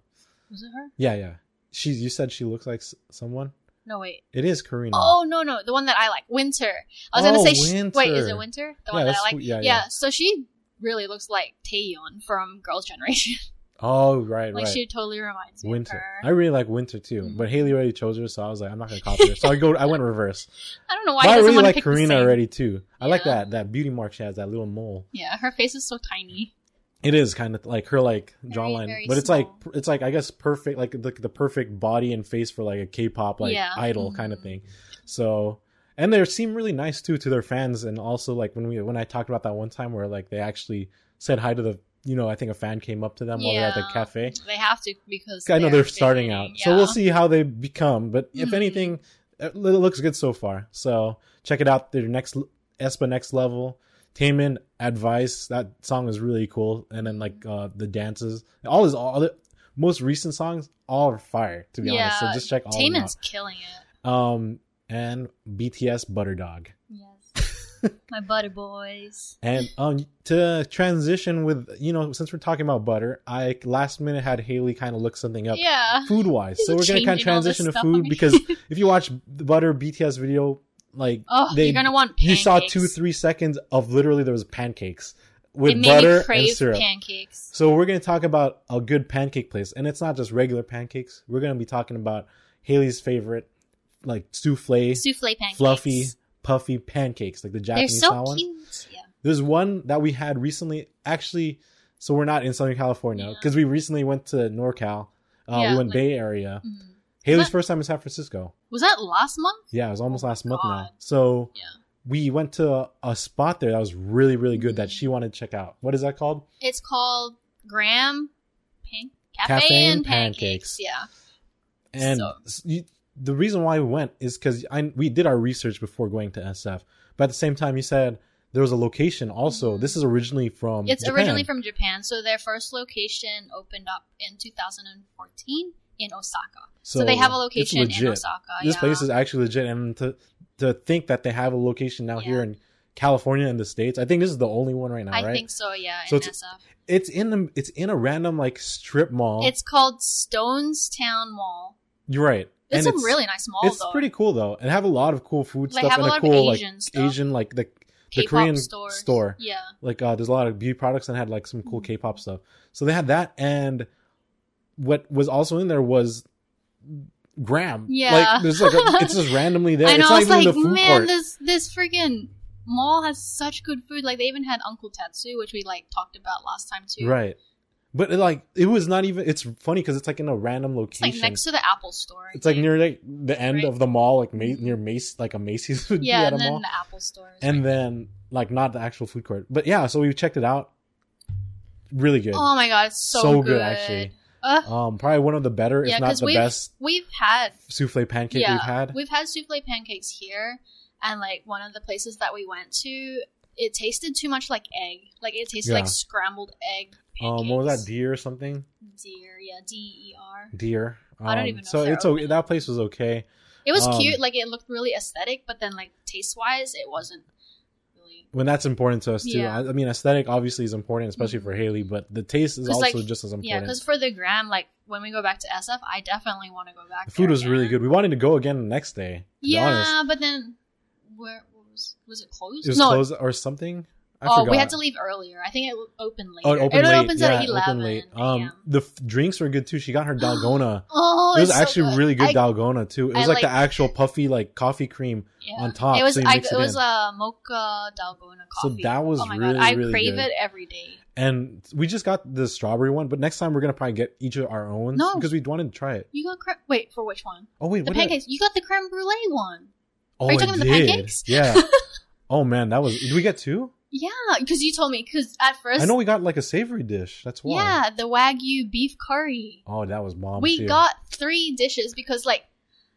Speaker 2: Was it her?
Speaker 1: Yeah, yeah. She's. You said she looks like s- someone.
Speaker 2: No wait.
Speaker 1: It is Karina.
Speaker 2: Oh no no the one that I like Winter. I was gonna
Speaker 1: Oh,
Speaker 2: say sh- wait is
Speaker 1: Winter.
Speaker 2: it Winter the
Speaker 1: Yeah,
Speaker 2: one that
Speaker 1: that's
Speaker 2: I like?
Speaker 1: who- yeah, yeah.
Speaker 2: So she really looks like Taeyeon from Girls' Generation.
Speaker 1: Oh, right,
Speaker 2: like Mm-hmm.
Speaker 1: right.
Speaker 2: she totally reminds me of
Speaker 1: Winter.
Speaker 2: her.
Speaker 1: I really like Winter too, but Haley already chose her, so I was like, I'm not gonna copy her. So I go. I went reverse.
Speaker 2: I don't know why
Speaker 1: But I
Speaker 2: doesn't
Speaker 1: really
Speaker 2: want to
Speaker 1: like
Speaker 2: pick
Speaker 1: Karina
Speaker 2: the same.
Speaker 1: already too. I like
Speaker 2: Yeah.
Speaker 1: that that beauty mark she has, that little mole.
Speaker 2: Yeah, her face is so tiny.
Speaker 1: It is kind of like her like
Speaker 2: Very,
Speaker 1: jawline,
Speaker 2: very
Speaker 1: but it's
Speaker 2: small.
Speaker 1: like it's like I guess perfect, like the, the perfect body and face for like a K-pop like
Speaker 2: Yeah.
Speaker 1: idol kind of
Speaker 2: Mhm.
Speaker 1: thing. So and they seem really nice too to their fans, and also like when we when I talked about that one time where like they actually said hi to the you know I think a fan came up to them while they're at the
Speaker 2: Yeah.
Speaker 1: cafe.
Speaker 2: They have to because
Speaker 1: I know they're,
Speaker 2: they're
Speaker 1: starting
Speaker 2: beginning,
Speaker 1: out, Mm-hmm. so we'll
Speaker 2: yeah.
Speaker 1: see how they become. But if
Speaker 2: Mhm.
Speaker 1: anything, it lo- looks good so far. So check it out. Their next l- Espa next level. Taemin advice. That song is really cool, and then like uh the dances. All his all the most recent songs all are fire. To be honest, so
Speaker 2: Yeah,
Speaker 1: just check all Taemin's.
Speaker 2: Taemin's killing it.
Speaker 1: Um and BTS Butter Dog.
Speaker 2: Yes, my butter boys.
Speaker 1: And um, to transition with, you know, since we're talking about butter, I last minute had Haley kind of look something up
Speaker 2: Yeah.
Speaker 1: food wise. So we're
Speaker 2: Just
Speaker 1: gonna kind of
Speaker 2: changing all this
Speaker 1: transition to
Speaker 2: stuff.
Speaker 1: food because if you watch the Butter BTS video, like
Speaker 2: Oh,
Speaker 1: they,
Speaker 2: you're gonna want pancakes.
Speaker 1: you saw two three seconds of literally there was pancakes with
Speaker 2: it made me
Speaker 1: butter
Speaker 2: crave
Speaker 1: and syrup.
Speaker 2: pancakes.
Speaker 1: so we're gonna talk about a good pancake place, and it's not just regular pancakes. We're gonna be talking about Haley's favorite, like souffle,
Speaker 2: Souffle pancakes.
Speaker 1: fluffy, puffy pancakes, like the
Speaker 2: They're
Speaker 1: Japanese style
Speaker 2: so
Speaker 1: one.
Speaker 2: cute. Yeah.
Speaker 1: There's one that we had recently. Actually, so we're not in Southern California
Speaker 2: Yeah.
Speaker 1: because we recently went to NorCal. Uh,
Speaker 2: Yeah,
Speaker 1: we went
Speaker 2: like-
Speaker 1: Bay Area.
Speaker 2: Mhm.
Speaker 1: Haley's
Speaker 2: But-
Speaker 1: first time in San Francisco.
Speaker 2: Was that last month?
Speaker 1: Yeah, it was almost
Speaker 2: Oh
Speaker 1: last month now.
Speaker 2: God.
Speaker 1: So
Speaker 2: Yeah.
Speaker 1: we went to a, a spot there that was really, really good that
Speaker 2: Mhm.
Speaker 1: she wanted to check out. What is that called?
Speaker 2: It's called Graham Pan- Cafe,
Speaker 1: Cafe
Speaker 2: and
Speaker 1: and Pancakes.
Speaker 2: Pancakes.
Speaker 1: Mm-hmm.
Speaker 2: Yeah.
Speaker 1: And
Speaker 2: So-
Speaker 1: s- you, the reason why we went is because we did our research before going to SF. But at the same time, you said there was a location also.
Speaker 2: Mhm.
Speaker 1: This is originally from.
Speaker 2: It's
Speaker 1: Japan.
Speaker 2: originally from Japan, so their first location opened up in 2014 in Osaka. So, they have a
Speaker 1: it's
Speaker 2: location in
Speaker 1: legit.
Speaker 2: Osaka.
Speaker 1: this
Speaker 2: yeah.
Speaker 1: place is actually legit and to to think that they have a location now here
Speaker 2: Yeah.
Speaker 1: in california and the states i think this is the only one right now
Speaker 2: I
Speaker 1: right
Speaker 2: think so, yeah,
Speaker 1: So
Speaker 2: in
Speaker 1: it's-
Speaker 2: SF.
Speaker 1: it's in a, it's in a random like strip mall
Speaker 2: It's called Stonestown Mall.
Speaker 1: you're right
Speaker 2: It's
Speaker 1: and
Speaker 2: a really nice mall,
Speaker 1: it's
Speaker 2: though.
Speaker 1: pretty cool though and have a lot of cool food
Speaker 2: They
Speaker 1: stuff
Speaker 2: have a
Speaker 1: and a
Speaker 2: lot of
Speaker 1: cool
Speaker 2: Asian
Speaker 1: like
Speaker 2: stuff.
Speaker 1: asian like the the
Speaker 2: K-pop
Speaker 1: korean
Speaker 2: stores. Mm-hmm.
Speaker 1: store
Speaker 2: Yeah.
Speaker 1: like uh there's a lot of beauty products and had like some cool k-pop stuff so they had that and what was also in there was Graham,
Speaker 2: Yeah.
Speaker 1: like there's like a, it's just randomly there.
Speaker 2: I know.
Speaker 1: it's
Speaker 2: I
Speaker 1: not even in
Speaker 2: was like,
Speaker 1: the food
Speaker 2: man,
Speaker 1: court.
Speaker 2: this this freaking mall has such good food. Like they even had Uncle Tetsu, which we like talked about last time too.
Speaker 1: Right. But it, like it was not even it's funny because it's like in a random
Speaker 2: It's
Speaker 1: location.
Speaker 2: like next to the Apple store. I
Speaker 1: It's, like,
Speaker 2: think.
Speaker 1: near like the end
Speaker 2: Right.
Speaker 1: of the mall, like Ma- near Mace like a Macy's would be
Speaker 2: yeah,
Speaker 1: at a
Speaker 2: and then
Speaker 1: mall.
Speaker 2: the Apple store. is
Speaker 1: and
Speaker 2: right
Speaker 1: then like not the actual food court. But yeah, so we checked it out. Really good.
Speaker 2: there. oh my god, it's so, good.
Speaker 1: actually.
Speaker 2: Ugh.
Speaker 1: Um probably one of the better,
Speaker 2: yeah,
Speaker 1: if not
Speaker 2: because
Speaker 1: the
Speaker 2: we've
Speaker 1: best
Speaker 2: we've had
Speaker 1: souffle pancake
Speaker 2: yeah
Speaker 1: we've had.
Speaker 2: souffle pancakes here, and like one of the places that we went to, it tasted too much like egg. Like it tasted
Speaker 1: Yeah.
Speaker 2: like scrambled egg.
Speaker 1: Um what was that,
Speaker 2: pancakes.
Speaker 1: deer or something?
Speaker 2: Deer, yeah, D E R.
Speaker 1: Deer. Um,
Speaker 2: I don't even know
Speaker 1: So
Speaker 2: if they're
Speaker 1: it's okay.
Speaker 2: open.
Speaker 1: That place was okay.
Speaker 2: It was
Speaker 1: Um,
Speaker 2: cute, like it looked really aesthetic, but then like taste wise, it wasn't really.
Speaker 1: When that's important to us too.
Speaker 2: Yeah. Mm-hmm.
Speaker 1: I, I mean, aesthetic obviously is important, especially for Haley, but the taste is
Speaker 2: 'Cause,
Speaker 1: also
Speaker 2: like,
Speaker 1: just as important.
Speaker 2: Yeah, because for the gram, like when we go back to SF, I definitely want to go back.
Speaker 1: The food
Speaker 2: there
Speaker 1: was really
Speaker 2: again.
Speaker 1: good. We wanted to go again the next day. To be
Speaker 2: Yeah,
Speaker 1: honest.
Speaker 2: but then where was was it closed?
Speaker 1: it was
Speaker 2: no,
Speaker 1: closed or something. I
Speaker 2: oh,
Speaker 1: forgot.
Speaker 2: we had to leave earlier. I think it opened later.
Speaker 1: Oh, it opened
Speaker 2: it
Speaker 1: late.
Speaker 2: opens
Speaker 1: yeah,
Speaker 2: at
Speaker 1: it
Speaker 2: eleven.
Speaker 1: opened late. Um,
Speaker 2: a.m.
Speaker 1: the f- drinks were good too. She got her dalgona.
Speaker 2: oh,
Speaker 1: it was
Speaker 2: it's so
Speaker 1: actually really good
Speaker 2: I-
Speaker 1: dalgona too. It was
Speaker 2: I
Speaker 1: like the
Speaker 2: liked
Speaker 1: actual
Speaker 2: it.
Speaker 1: puffy like coffee cream
Speaker 2: yeah.
Speaker 1: on top.
Speaker 2: It was
Speaker 1: so you
Speaker 2: I,
Speaker 1: mix
Speaker 2: it,
Speaker 1: it,
Speaker 2: was
Speaker 1: in.
Speaker 2: a mocha dalgona
Speaker 1: So
Speaker 2: coffee.
Speaker 1: that was
Speaker 2: oh my
Speaker 1: really,
Speaker 2: God. I
Speaker 1: really
Speaker 2: crave
Speaker 1: good.
Speaker 2: it every day.
Speaker 1: and we just got the strawberry one, but next time we're gonna probably get each of our own
Speaker 2: No.
Speaker 1: because we wanted to try it.
Speaker 2: You got cre- wait for which one?
Speaker 1: Oh wait,
Speaker 2: The
Speaker 1: what did I-
Speaker 2: pancakes. You got the creme brulee one.
Speaker 1: oh,
Speaker 2: Are you
Speaker 1: I
Speaker 2: talking about the
Speaker 1: did.
Speaker 2: pancakes?
Speaker 1: Yeah. oh man, that was. Did we get two?
Speaker 2: Yeah, because you told me. Because at first,
Speaker 1: I know we got like a savory dish. That's why.
Speaker 2: yeah, the wagyu beef curry.
Speaker 1: Oh, that was bomb.
Speaker 2: we
Speaker 1: too.
Speaker 2: got three dishes because like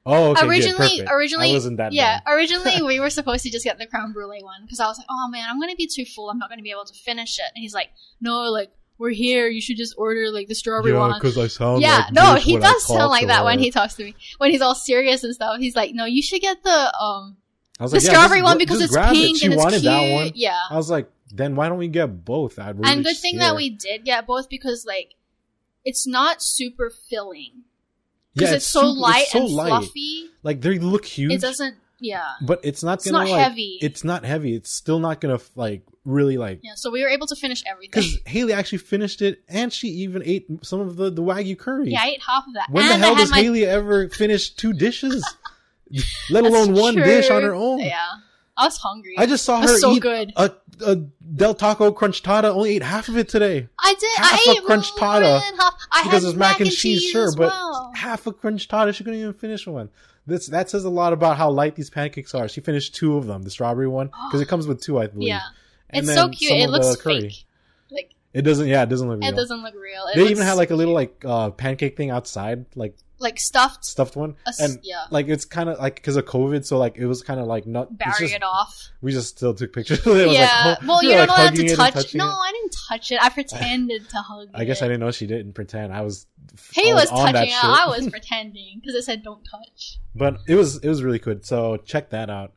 Speaker 1: Oh, okay, good,
Speaker 2: originally,
Speaker 1: perfect.
Speaker 2: originally,
Speaker 1: I wasn't that.
Speaker 2: yeah,
Speaker 1: bad.
Speaker 2: originally we were supposed to just get the creme brulee one because I was like, oh man, I'm gonna be too full. I'm not gonna be able to finish it. And he's like, no, like we're here. You should just order like the strawberry one.
Speaker 1: because I sound
Speaker 2: yeah,
Speaker 1: like
Speaker 2: no,
Speaker 1: this
Speaker 2: he
Speaker 1: when I
Speaker 2: does sound
Speaker 1: talk
Speaker 2: like
Speaker 1: to
Speaker 2: that when
Speaker 1: her.
Speaker 2: he talks to me. When he's all serious and stuff, he's like, "No, you should get the um
Speaker 1: I was
Speaker 2: the
Speaker 1: like, yeah,
Speaker 2: strawberry
Speaker 1: just
Speaker 2: one
Speaker 1: gr-
Speaker 2: because
Speaker 1: just
Speaker 2: it's
Speaker 1: grab it.
Speaker 2: pink
Speaker 1: She
Speaker 2: and it's
Speaker 1: wanted
Speaker 2: cute."
Speaker 1: that one.
Speaker 2: Yeah,
Speaker 1: I was like, then why don't we get both? I'd really
Speaker 2: and good
Speaker 1: just
Speaker 2: thing
Speaker 1: care.
Speaker 2: that we did get both because like it's not super filling
Speaker 1: yeah,
Speaker 2: because it's, so
Speaker 1: super-
Speaker 2: light
Speaker 1: it's so
Speaker 2: and
Speaker 1: light.
Speaker 2: fluffy.
Speaker 1: Like they look huge.
Speaker 2: It doesn't. Yeah.
Speaker 1: but it's not
Speaker 2: It's
Speaker 1: gonna
Speaker 2: not
Speaker 1: like,
Speaker 2: heavy.
Speaker 1: It's not heavy. It's still not gonna like really like
Speaker 2: Yeah. So we were able to finish everything.
Speaker 1: because Haley actually finished it and she even ate some of the the wagyu curry.
Speaker 2: Yeah, I ate half of that.
Speaker 1: when
Speaker 2: and
Speaker 1: the hell
Speaker 2: I had
Speaker 1: does
Speaker 2: my,
Speaker 1: Haley ever finish two dishes? Let
Speaker 2: That's
Speaker 1: alone one dish on
Speaker 2: true.
Speaker 1: her own.
Speaker 2: Yeah. I was hungry.
Speaker 1: I just saw her
Speaker 2: That's so
Speaker 1: eat
Speaker 2: good.
Speaker 1: A, a Del Taco Crunchtada. Only ate half of it today
Speaker 2: I did.
Speaker 1: half
Speaker 2: I
Speaker 1: a
Speaker 2: ate
Speaker 1: crunch
Speaker 2: more
Speaker 1: tada
Speaker 2: than half. I
Speaker 1: because
Speaker 2: had
Speaker 1: it's mac and cheese, sure,
Speaker 2: as
Speaker 1: but
Speaker 2: well.
Speaker 1: half a crunchtada. She couldn't even finish one. This that says a lot about how light these pancakes are. She finished two of them, the strawberry one, because it comes with two, I believe.
Speaker 2: yeah,
Speaker 1: And
Speaker 2: it's so
Speaker 1: then
Speaker 2: cute.
Speaker 1: some
Speaker 2: It
Speaker 1: of the
Speaker 2: looks
Speaker 1: curry.
Speaker 2: fake. Like
Speaker 1: It doesn't. Yeah, it doesn't look real.
Speaker 2: it doesn't look real. It
Speaker 1: they
Speaker 2: looks
Speaker 1: even had like a little like uh, pancake thing outside, like
Speaker 2: like stuffed.
Speaker 1: stuffed one,
Speaker 2: A s-
Speaker 1: and
Speaker 2: yeah.
Speaker 1: like it's kind of like because of COVID, so like it was kind of like not. it's
Speaker 2: Barrier
Speaker 1: just-
Speaker 2: it off.
Speaker 1: We just still took pictures. it was
Speaker 2: yeah.
Speaker 1: like, oh,
Speaker 2: well,
Speaker 1: we
Speaker 2: you're,
Speaker 1: were, like,
Speaker 2: not allowed
Speaker 1: hugging it
Speaker 2: to
Speaker 1: and
Speaker 2: touch.
Speaker 1: touching
Speaker 2: No,
Speaker 1: it.
Speaker 2: I didn't touch it. I pretended to hug.
Speaker 1: I guess
Speaker 2: it.
Speaker 1: I didn't know she didn't pretend. I was.
Speaker 2: He
Speaker 1: I
Speaker 2: was,
Speaker 1: on that
Speaker 2: touching it.
Speaker 1: shit.
Speaker 2: I was pretending because it said don't touch.
Speaker 1: But it was it was really good. So check that out.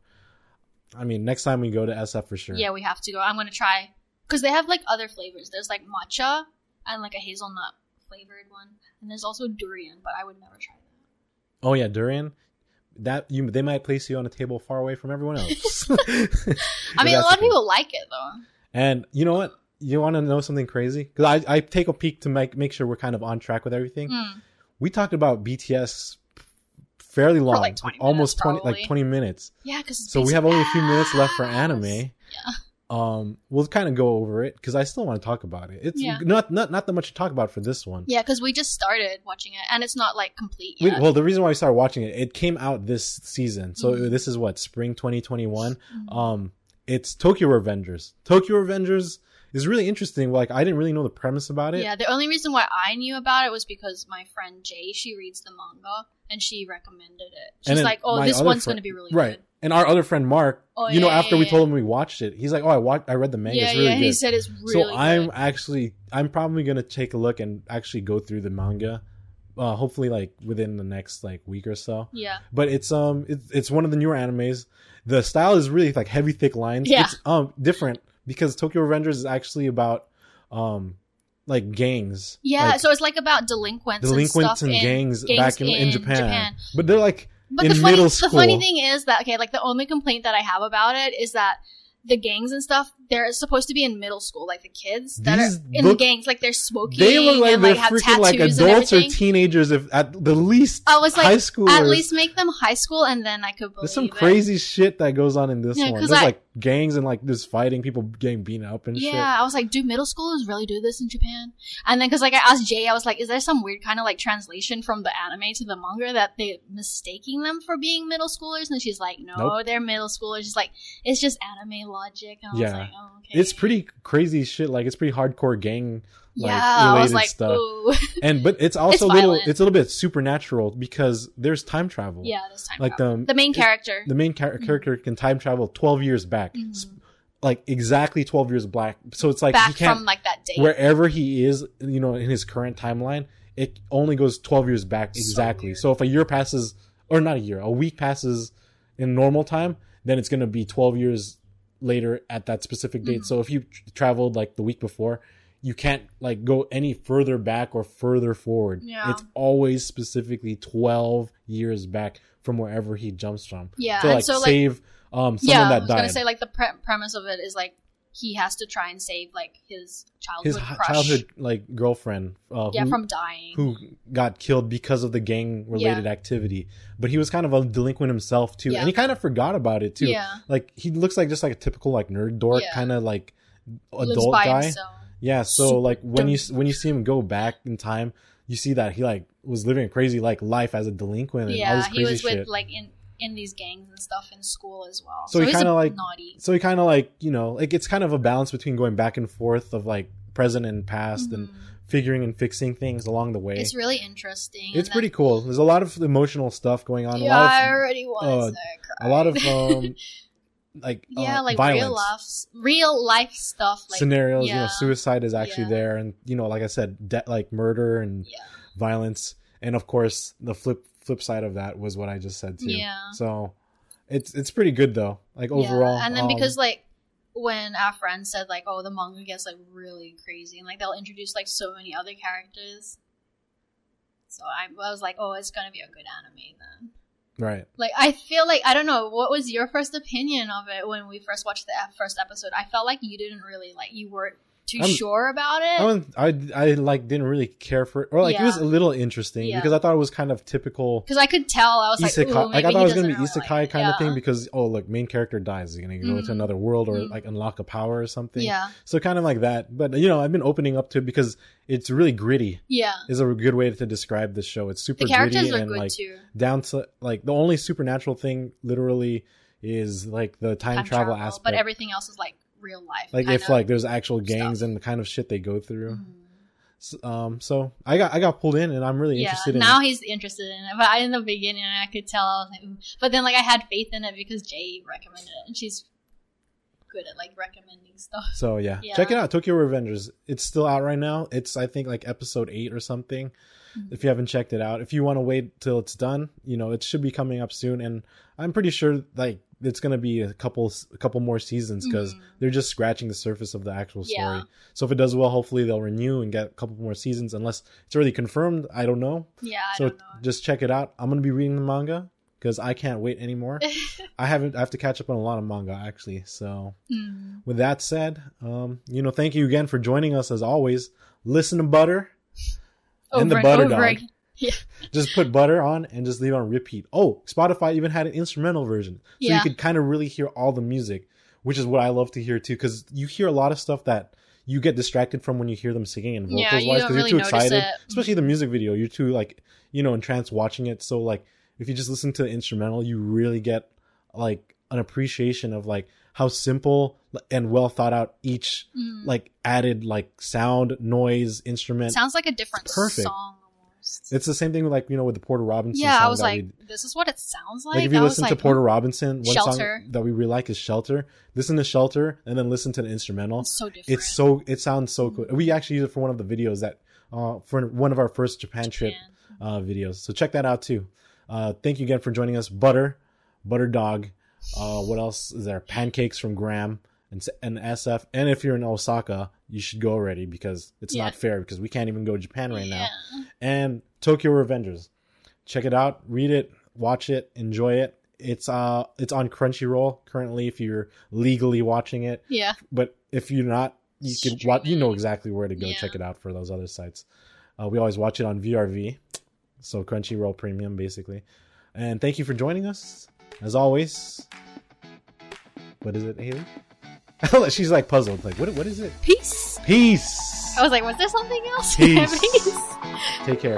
Speaker 1: I mean, next time we go to SF for sure.
Speaker 2: Yeah, we have to go. I'm gonna try because they have like other flavors. There's like matcha and like a hazelnut flavored one, and there's also durian, but I would never try that.
Speaker 1: Oh yeah, durian. That you they might place you on a table far away from everyone else.
Speaker 2: I mean, a
Speaker 1: That's
Speaker 2: lot of
Speaker 1: okay.
Speaker 2: people like it though.
Speaker 1: And you know what? You want to know something crazy? Because I, I take a peek to make make sure we're kind of on track with everything.
Speaker 2: Mm.
Speaker 1: We talked about BTS fairly long,
Speaker 2: like, 20
Speaker 1: almost
Speaker 2: minutes,
Speaker 1: twenty
Speaker 2: probably.
Speaker 1: like twenty minutes.
Speaker 2: Yeah, because
Speaker 1: So we have only a few minutes left for anime. Um, we'll kind of go over it because I still want to talk about it. It's
Speaker 2: Yeah.
Speaker 1: not not not that much to talk about for this one.
Speaker 2: Yeah, because we just started watching it, and it's not like complete
Speaker 1: We,
Speaker 2: yet.
Speaker 1: well, the reason why we started watching it, it came out this season. So
Speaker 2: Mhm.
Speaker 1: this is what spring 2021.
Speaker 2: Mhm.
Speaker 1: Um, it's Tokyo Revengers. Tokyo Revengers is really interesting. Like I didn't really know the premise about it.
Speaker 2: yeah, the only reason why I knew about it was because my friend Jay, she reads the manga, and she recommended it.
Speaker 1: And
Speaker 2: She's
Speaker 1: then
Speaker 2: like, "Oh,
Speaker 1: my
Speaker 2: this
Speaker 1: other
Speaker 2: one's
Speaker 1: friend-
Speaker 2: gonna be really
Speaker 1: right.
Speaker 2: good."
Speaker 1: And our other friend Mark,
Speaker 2: Oh,
Speaker 1: you know,
Speaker 2: yeah,
Speaker 1: after we
Speaker 2: yeah,
Speaker 1: told him we watched it, he's like, "Oh, I watched. I read the manga.
Speaker 2: yeah,
Speaker 1: it's really
Speaker 2: yeah,
Speaker 1: good."
Speaker 2: he said it's really.
Speaker 1: so I'm
Speaker 2: good.
Speaker 1: actually, I'm probably gonna take a look and actually go through the manga. Uh, hopefully, like within the next like week or so.
Speaker 2: yeah,
Speaker 1: but it's um it's, it's one of the newer animes. The style is really like heavy thick lines.
Speaker 2: Yeah.
Speaker 1: It's um different because Tokyo Revengers is actually about um like gangs.
Speaker 2: yeah.
Speaker 1: Like,
Speaker 2: so it's like about delinquents,
Speaker 1: delinquents
Speaker 2: and,
Speaker 1: and,
Speaker 2: stuff in-
Speaker 1: gangs,
Speaker 2: gangs
Speaker 1: back in, in
Speaker 2: in
Speaker 1: Japan.
Speaker 2: Japan.
Speaker 1: But they're like
Speaker 2: But
Speaker 1: in
Speaker 2: the funny,
Speaker 1: middle
Speaker 2: the funny
Speaker 1: school.
Speaker 2: thing is that okay, like the only complaint that I have about it is that the gangs and stuff they're supposed to be in middle school, like the kids that
Speaker 1: These
Speaker 2: are in
Speaker 1: look-
Speaker 2: the gangs, like they're smoking.
Speaker 1: they look like
Speaker 2: and,
Speaker 1: they're
Speaker 2: like, have
Speaker 1: freaking
Speaker 2: tattoos
Speaker 1: like
Speaker 2: and
Speaker 1: adults or
Speaker 2: everything.
Speaker 1: teenagers if at the least
Speaker 2: I was like,
Speaker 1: high schoolers.
Speaker 2: at least make them high school, and then I could believe
Speaker 1: there's some
Speaker 2: it.
Speaker 1: crazy shit that goes on in this
Speaker 2: Yeah,
Speaker 1: one.
Speaker 2: 'cause
Speaker 1: There's
Speaker 2: I-
Speaker 1: like gangs and like there's fighting, people getting beaten up and
Speaker 2: Yeah,
Speaker 1: shit.
Speaker 2: I was like, do middle schoolers really do this in Japan? And then, because like I asked Jay, I was like, is there some weird kind of like translation from the anime to the manga that they mistaking them for being middle schoolers? And she's like, no,
Speaker 1: Nope.
Speaker 2: they're middle schoolers. She's like, it's just anime logic. And I was
Speaker 1: Yeah.
Speaker 2: like, oh, okay.
Speaker 1: It's pretty crazy shit. Like it's pretty hardcore gang like
Speaker 2: yeah, I was
Speaker 1: related
Speaker 2: like,
Speaker 1: stuff.
Speaker 2: ooh,
Speaker 1: and but it's also a little
Speaker 2: violent.
Speaker 1: it's a little bit supernatural because there's time travel
Speaker 2: yeah, this time.
Speaker 1: like
Speaker 2: Like
Speaker 1: the
Speaker 2: the main Mm-hmm.
Speaker 1: it-
Speaker 2: character.
Speaker 1: the main char- character can time travel 12 years back
Speaker 2: Mhm.
Speaker 1: S- like exactly 12 years back so it's like he
Speaker 2: back
Speaker 1: can't
Speaker 2: from like that date.
Speaker 1: wherever he is you know in his current timeline it only goes 12 years back
Speaker 2: So
Speaker 1: exactly
Speaker 2: weird.
Speaker 1: so, if a year passes or not a year a week passes in normal time then it's going to be 12 years later at that specific date
Speaker 2: Mhm.
Speaker 1: so if you tr- traveled like the week before you can't like go any further back or further forward
Speaker 2: Yeah.
Speaker 1: it's always specifically 12 years back from wherever he jumps from
Speaker 2: yeah,
Speaker 1: to
Speaker 2: and
Speaker 1: like
Speaker 2: so like
Speaker 1: save um someone
Speaker 2: yeah, I
Speaker 1: that
Speaker 2: was
Speaker 1: died
Speaker 2: gonna say like the pre- premise of it is like he has to try and save like his childhood
Speaker 1: His hi-
Speaker 2: crush.
Speaker 1: childhood like girlfriend, uh,
Speaker 2: yeah,
Speaker 1: who,
Speaker 2: from dying.
Speaker 1: who got killed because of the gang related activity, but he was kind of a delinquent himself too,
Speaker 2: Yeah.
Speaker 1: and he kind of forgot about it too.
Speaker 2: Yeah.
Speaker 1: Like he looks like just like a typical like nerd dork
Speaker 2: Yeah.
Speaker 1: kind of like
Speaker 2: lives
Speaker 1: adult
Speaker 2: by
Speaker 1: guy.
Speaker 2: himself.
Speaker 1: Yeah, so
Speaker 2: Super
Speaker 1: like when you
Speaker 2: dumb.
Speaker 1: when you see him go back in time, you see that he like was living a crazy like life as a delinquent and all
Speaker 2: Yeah,
Speaker 1: this
Speaker 2: he
Speaker 1: crazy
Speaker 2: was
Speaker 1: shit.
Speaker 2: with like in in these gangs and stuff in school as well.
Speaker 1: So he
Speaker 2: he's a
Speaker 1: kinda, like-
Speaker 2: naughty.
Speaker 1: so he kind of like you know like it's kind of a balance between going back and forth of like present and past and
Speaker 2: Mhm.
Speaker 1: figuring and fixing things along the way.
Speaker 2: It's
Speaker 1: It's,
Speaker 2: really interesting. and
Speaker 1: pretty
Speaker 2: then-
Speaker 1: cool. There's a lot of emotional stuff going on.
Speaker 2: Yeah, I
Speaker 1: A lot
Speaker 2: already wanted
Speaker 1: uh,
Speaker 2: to
Speaker 1: of
Speaker 2: cry.
Speaker 1: a lot of um like uh,
Speaker 2: yeah, like
Speaker 1: violence.
Speaker 2: real life, real life stuff. Like
Speaker 1: scenarios you know
Speaker 2: yeah.
Speaker 1: suicide is actually
Speaker 2: Yeah.
Speaker 1: there and you know like i said de- like murder and
Speaker 2: Yeah.
Speaker 1: violence and of course the flip flip side of that was what i just said too
Speaker 2: Yeah.
Speaker 1: so it's it's pretty good though like
Speaker 2: Yeah,
Speaker 1: overall
Speaker 2: and then
Speaker 1: um,
Speaker 2: because like when our friend said like, oh, the manga gets like really crazy, and like they'll introduce like so many other characters. So I, I was like, oh, it's gonna be a good anime then.
Speaker 1: right
Speaker 2: Like I feel like I don't know what was your first opinion of it when we first watched the ep- first episode. I felt like you didn't really like you weren't too
Speaker 1: I'm-
Speaker 2: sure about it.
Speaker 1: I, wasn't- I I like didn't really care for it or like it
Speaker 2: Yeah.
Speaker 1: was a little interesting
Speaker 2: Yeah.
Speaker 1: because i thought it was kind of typical
Speaker 2: because I could tell. I was
Speaker 1: isekai
Speaker 2: like, Ooh,
Speaker 1: like
Speaker 2: maybe
Speaker 1: i thought
Speaker 2: he
Speaker 1: it was gonna
Speaker 2: doesn't
Speaker 1: be
Speaker 2: really
Speaker 1: isekai
Speaker 2: like it."
Speaker 1: kind
Speaker 2: yeah.
Speaker 1: of thing because oh look main character dies he's gonna go
Speaker 2: Mhm.
Speaker 1: to another world or
Speaker 2: Mhm.
Speaker 1: like unlock a power or something
Speaker 2: Yeah,
Speaker 1: so kind of like that but you know i've been opening up to it because it's really gritty
Speaker 2: yeah.
Speaker 1: is a good way to describe this show. It's super
Speaker 2: The characters
Speaker 1: gritty
Speaker 2: are
Speaker 1: and
Speaker 2: good
Speaker 1: like
Speaker 2: too.
Speaker 1: down to like the only supernatural thing literally is like the time, travel, aspect.
Speaker 2: but everything else is like real life.
Speaker 1: like
Speaker 2: kind
Speaker 1: if
Speaker 2: of.
Speaker 1: like there's actual gangs
Speaker 2: stuff.
Speaker 1: and the kind of shit they go through.
Speaker 2: Mhm.
Speaker 1: S- um, so I got I got pulled in and I'm really
Speaker 2: yeah.
Speaker 1: interested in.
Speaker 2: Now he's interested in it, but I, in the beginning I could tell. I was like, "Ooh." but then like I had faith in it because Jay recommended it, and she's good at like recommending stuff.
Speaker 1: so yeah.
Speaker 2: Yeah.
Speaker 1: check it out. Tokyo Revengers. It's still out right now. It's I think like episode eight or something.
Speaker 2: Mhm.
Speaker 1: If you haven't checked it out, if you want to wait till it's done, you know it should be coming up soon. And I'm pretty sure like it's gonna be a couple s- a couple more seasons because
Speaker 2: Mhm.
Speaker 1: they're just scratching the surface of the actual story.
Speaker 2: Yeah.
Speaker 1: So if it does well, hopefully they'll renew and get a couple more seasons. Unless it's already confirmed, I don't know.
Speaker 2: Yeah, I
Speaker 1: so
Speaker 2: don't know.
Speaker 1: just check it out. I'm gonna be reading the manga because I can't wait anymore. I haven't. I have to catch up on a lot of manga actually. So
Speaker 2: Mm.
Speaker 1: with that said, um, you know, thank you again for joining us as always. Listen to Butter. And the butter dog.
Speaker 2: again. Yeah.
Speaker 1: Just put Butter on and just leave it on repeat. Oh, Spotify even had an instrumental version, so you
Speaker 2: Yeah.
Speaker 1: could kind of really hear all the music, which is what I love to hear too, because you hear a lot of stuff that you get distracted from when you hear them singing and vocals
Speaker 2: Yeah, you
Speaker 1: wise
Speaker 2: don't
Speaker 1: because
Speaker 2: really
Speaker 1: you're too
Speaker 2: notice
Speaker 1: excited,
Speaker 2: it.
Speaker 1: especially the music video. You're too like you know entranced watching it. So like if you just listen to the instrumental, you really get like an appreciation of like how simple and well thought out each
Speaker 2: Mm.
Speaker 1: like added like sound, noise, instrument.
Speaker 2: sounds like a different
Speaker 1: perfect.
Speaker 2: song almost.
Speaker 1: it's the same thing with like you know with the Porter Robinson.
Speaker 2: yeah, I
Speaker 1: song
Speaker 2: was
Speaker 1: that
Speaker 2: like,
Speaker 1: we-
Speaker 2: this is what it sounds like.
Speaker 1: like, if you
Speaker 2: I was
Speaker 1: listen to
Speaker 2: like,
Speaker 1: Porter
Speaker 2: "Oh,
Speaker 1: Robinson, one
Speaker 2: Shelter.
Speaker 1: song that we really like is Shelter. Listen to Shelter and then listen to the instrumental.
Speaker 2: it's so different.
Speaker 1: It's so it sounds so cool. We actually use it for one of the videos that uh for one of our first Japan trip
Speaker 2: Japan.
Speaker 1: uh videos. So check that out too. Uh thank you again for joining us. Butter, Butter Dog. Uh what else is there? Pancakes from Graham and, s- and SF. And if you're in Osaka, you should go already because it's
Speaker 2: Yeah.
Speaker 1: not fair because we can't even go to Japan right now
Speaker 2: yeah.
Speaker 1: and Tokyo Revengers. Check it out, read it, watch it, enjoy it. It's uh it's on Crunchyroll currently if you're legally watching it,
Speaker 2: Yeah.
Speaker 1: but if you're not, you can watch you know
Speaker 2: Streaming.
Speaker 1: exactly where to go
Speaker 2: Yeah.
Speaker 1: check it out for those other sites. Uh, we always watch it on VRV, so Crunchyroll Premium basically. And thank you for joining us as always. What is it, Haley? She's like puzzled, like what what is it?
Speaker 2: Peace.
Speaker 1: Peace.
Speaker 2: I was like, was there something else?
Speaker 1: Peace.
Speaker 2: Peace.
Speaker 1: Take care.